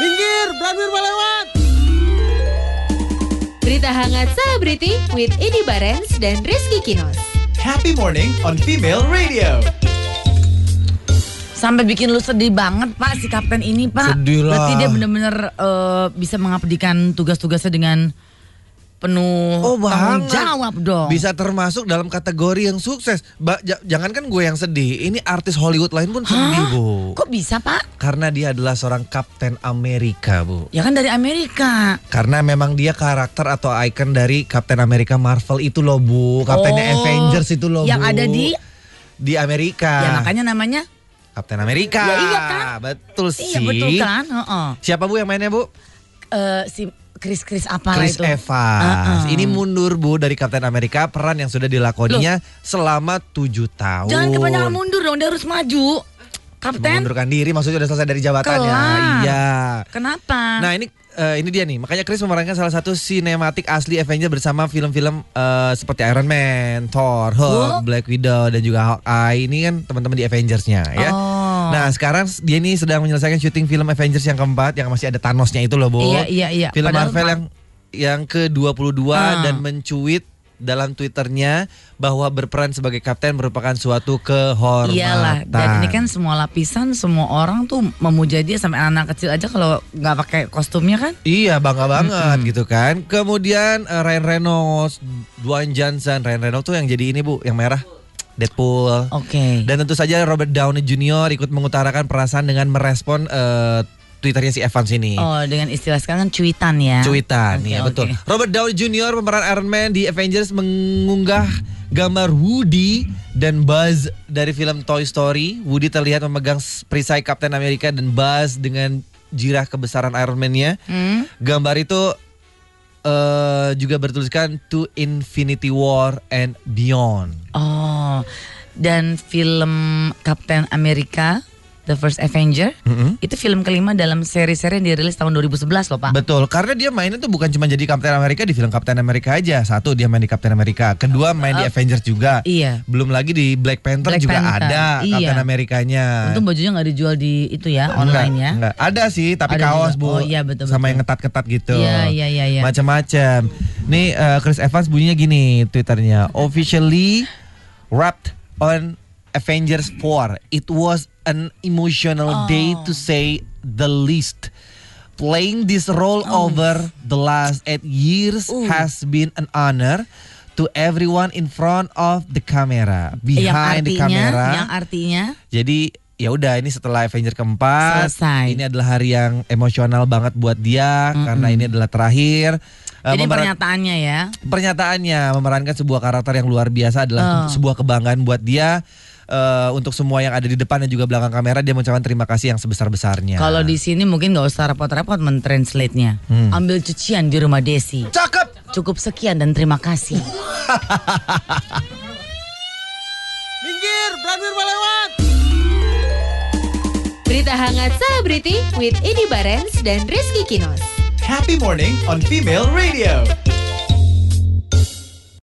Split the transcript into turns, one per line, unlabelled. Minggir, Branwir mau lewat.
Berita hangat selebriti with Edi Barens dan Rizky Kinos.
Happy Morning on Female Radio.
Sampai bikin lu sedih banget pak si kapten ini pak.
Sedih lah.
Berarti dia bener-bener eh, bisa mengabdikan tugas-tugasnya dengan penuh
Oh
tanggung
banget.
jawab dong.
Bisa termasuk dalam kategori yang sukses. Ba ja- jangankan gue yang sedih, ini artis Hollywood lain pun sedih,
Hah?
Bu.
Kok bisa pak?
Karena dia adalah seorang Kapten Amerika, Bu.
Ya kan dari Amerika.
Karena memang dia karakter atau icon dari Kapten Amerika Marvel itu loh, Bu. Kaptennya
Oh,
Avengers itu loh,
yang
Bu.
ada di-
di Amerika.
Ya makanya namanya.
Kapten Amerika.
Ya iya, kan?
Betul sih.
Iya betul kan. Heeh.
Siapa Bu yang mainnya, Bu?
Eh, si Chris Chris apa
Chris
itu? Ah,
Evans.
Heeh.
Ini mundur Bu dari Kapten Amerika peran yang sudah dilakoninya selama tujuh tahun.
Jangan kebanyakan mundur dong, dia harus maju. Kapten,
Mengundurkan diri maksudnya sudah selesai dari jabatannya.
Kelar. Ah.
Iya.
kenapa?
Nah, ini eh, ini dia nih. Makanya Chris memerankan salah satu sinematik asli Avenger bersama film-film eh, seperti Iron Man, Thor,
Hulk.
Hulk, Black Widow dan juga Hawkeye. Ini kan teman-teman di Avengers-nya ya.
Oh.
Nah, sekarang dia ini sedang menyelesaikan syuting film Avengers yang keempat yang masih ada Thanos-nya itu loh, Bu.
Iya, iya, iya.
Film
Padahal
Marvel
kan-
yang yang ke-22
Ah.
dan mencuit dalam Twitternya bahwa berperan sebagai kapten merupakan suatu kehormatan.
Iyalah, dan ini kan semua lapisan, semua orang tuh memuja dia sampai anak kecil aja kalau nggak pakai kostumnya kan.
Iya bangga banget gitu kan. Kemudian eh, Ryan Reynolds, Dwayne Johnson, Ryan Reynolds tuh yang jadi ini bu, yang merah, Deadpool.
Oh, Oke.
Dan tentu saja Robert Downey Jr. ikut mengutarakan perasaan dengan merespon eh, twitternya si Evans ini.
Oh, dengan istilah sekarang kan cuitan ya.
Cuitan,
Oke,
ya
oke.
betul. Robert Downey Jr. pemeran Iron Man di Avengers mengunggah gambar Woody dan Buzz dari film Toy Story. Woody terlihat memegang s- perisai Kapten Amerika dan Buzz dengan jirah kebesaran Iron Man-nya.
Hmm.
Gambar itu eh, juga bertuliskan To Infinity War and Beyond.
Oh, dan film Kapten Amerika The First Avenger itu film kelima dalam seri-seri yang dirilis tahun 2011 loh pak.
Betul, karena dia mainnya tuh bukan cuma jadi Kapten Amerika di film Kapten Amerika aja. Satu dia main di Kapten Amerika, kedua main di Avengers juga.
iya.
Belum lagi di Black Panther
Black
juga
Panther,
ada
iya.
Kapten Amerikanya.
Untung bajunya Eh. nggak dijual di itu ya
Enggak,
online ya.
enggak. Ada sih, tapi
Ada
kaos
juga.
Bu.
Oh, iya, betul,
Sama
betul.
yang ketat-ketat gitu.
Iya, iya, iya, iya.
Macam-macam. Nih eh, Chris Evans bunyinya gini Twitternya. Officially wrapped on Avengers 4. It was an
Oh.
emotional day to say the least. Playing this role
Oh.
over the last eight years has been an honor to everyone in front of the camera,
Yang
behind the
Iya, artinya,
camera.
yang artinya
Jadi ya udah ini setelah Avenger keempat,
Selesai.
ini adalah hari yang emosional banget buat dia karena ini adalah terakhir. Eh,
Jadi
memeran-
pernyataannya ya.
pernyataannya memerankan sebuah karakter yang luar biasa
Oh.
adalah sebuah kebanggaan buat dia. Eh, untuk semua yang ada di depan dan juga belakang kamera dia mengucapkan terima kasih yang sebesar besarnya.
Kalau di sini mungkin nggak usah repot-repot mentranslate-nya. Ambil cucian di rumah Desi.
cakep.
Cukup sekian dan terima kasih.
Minggir, Branwir mau lewat.
Berita hangat selebriti with Edi Barens dan Rizky Kinos.
Happy Morning on Female Radio.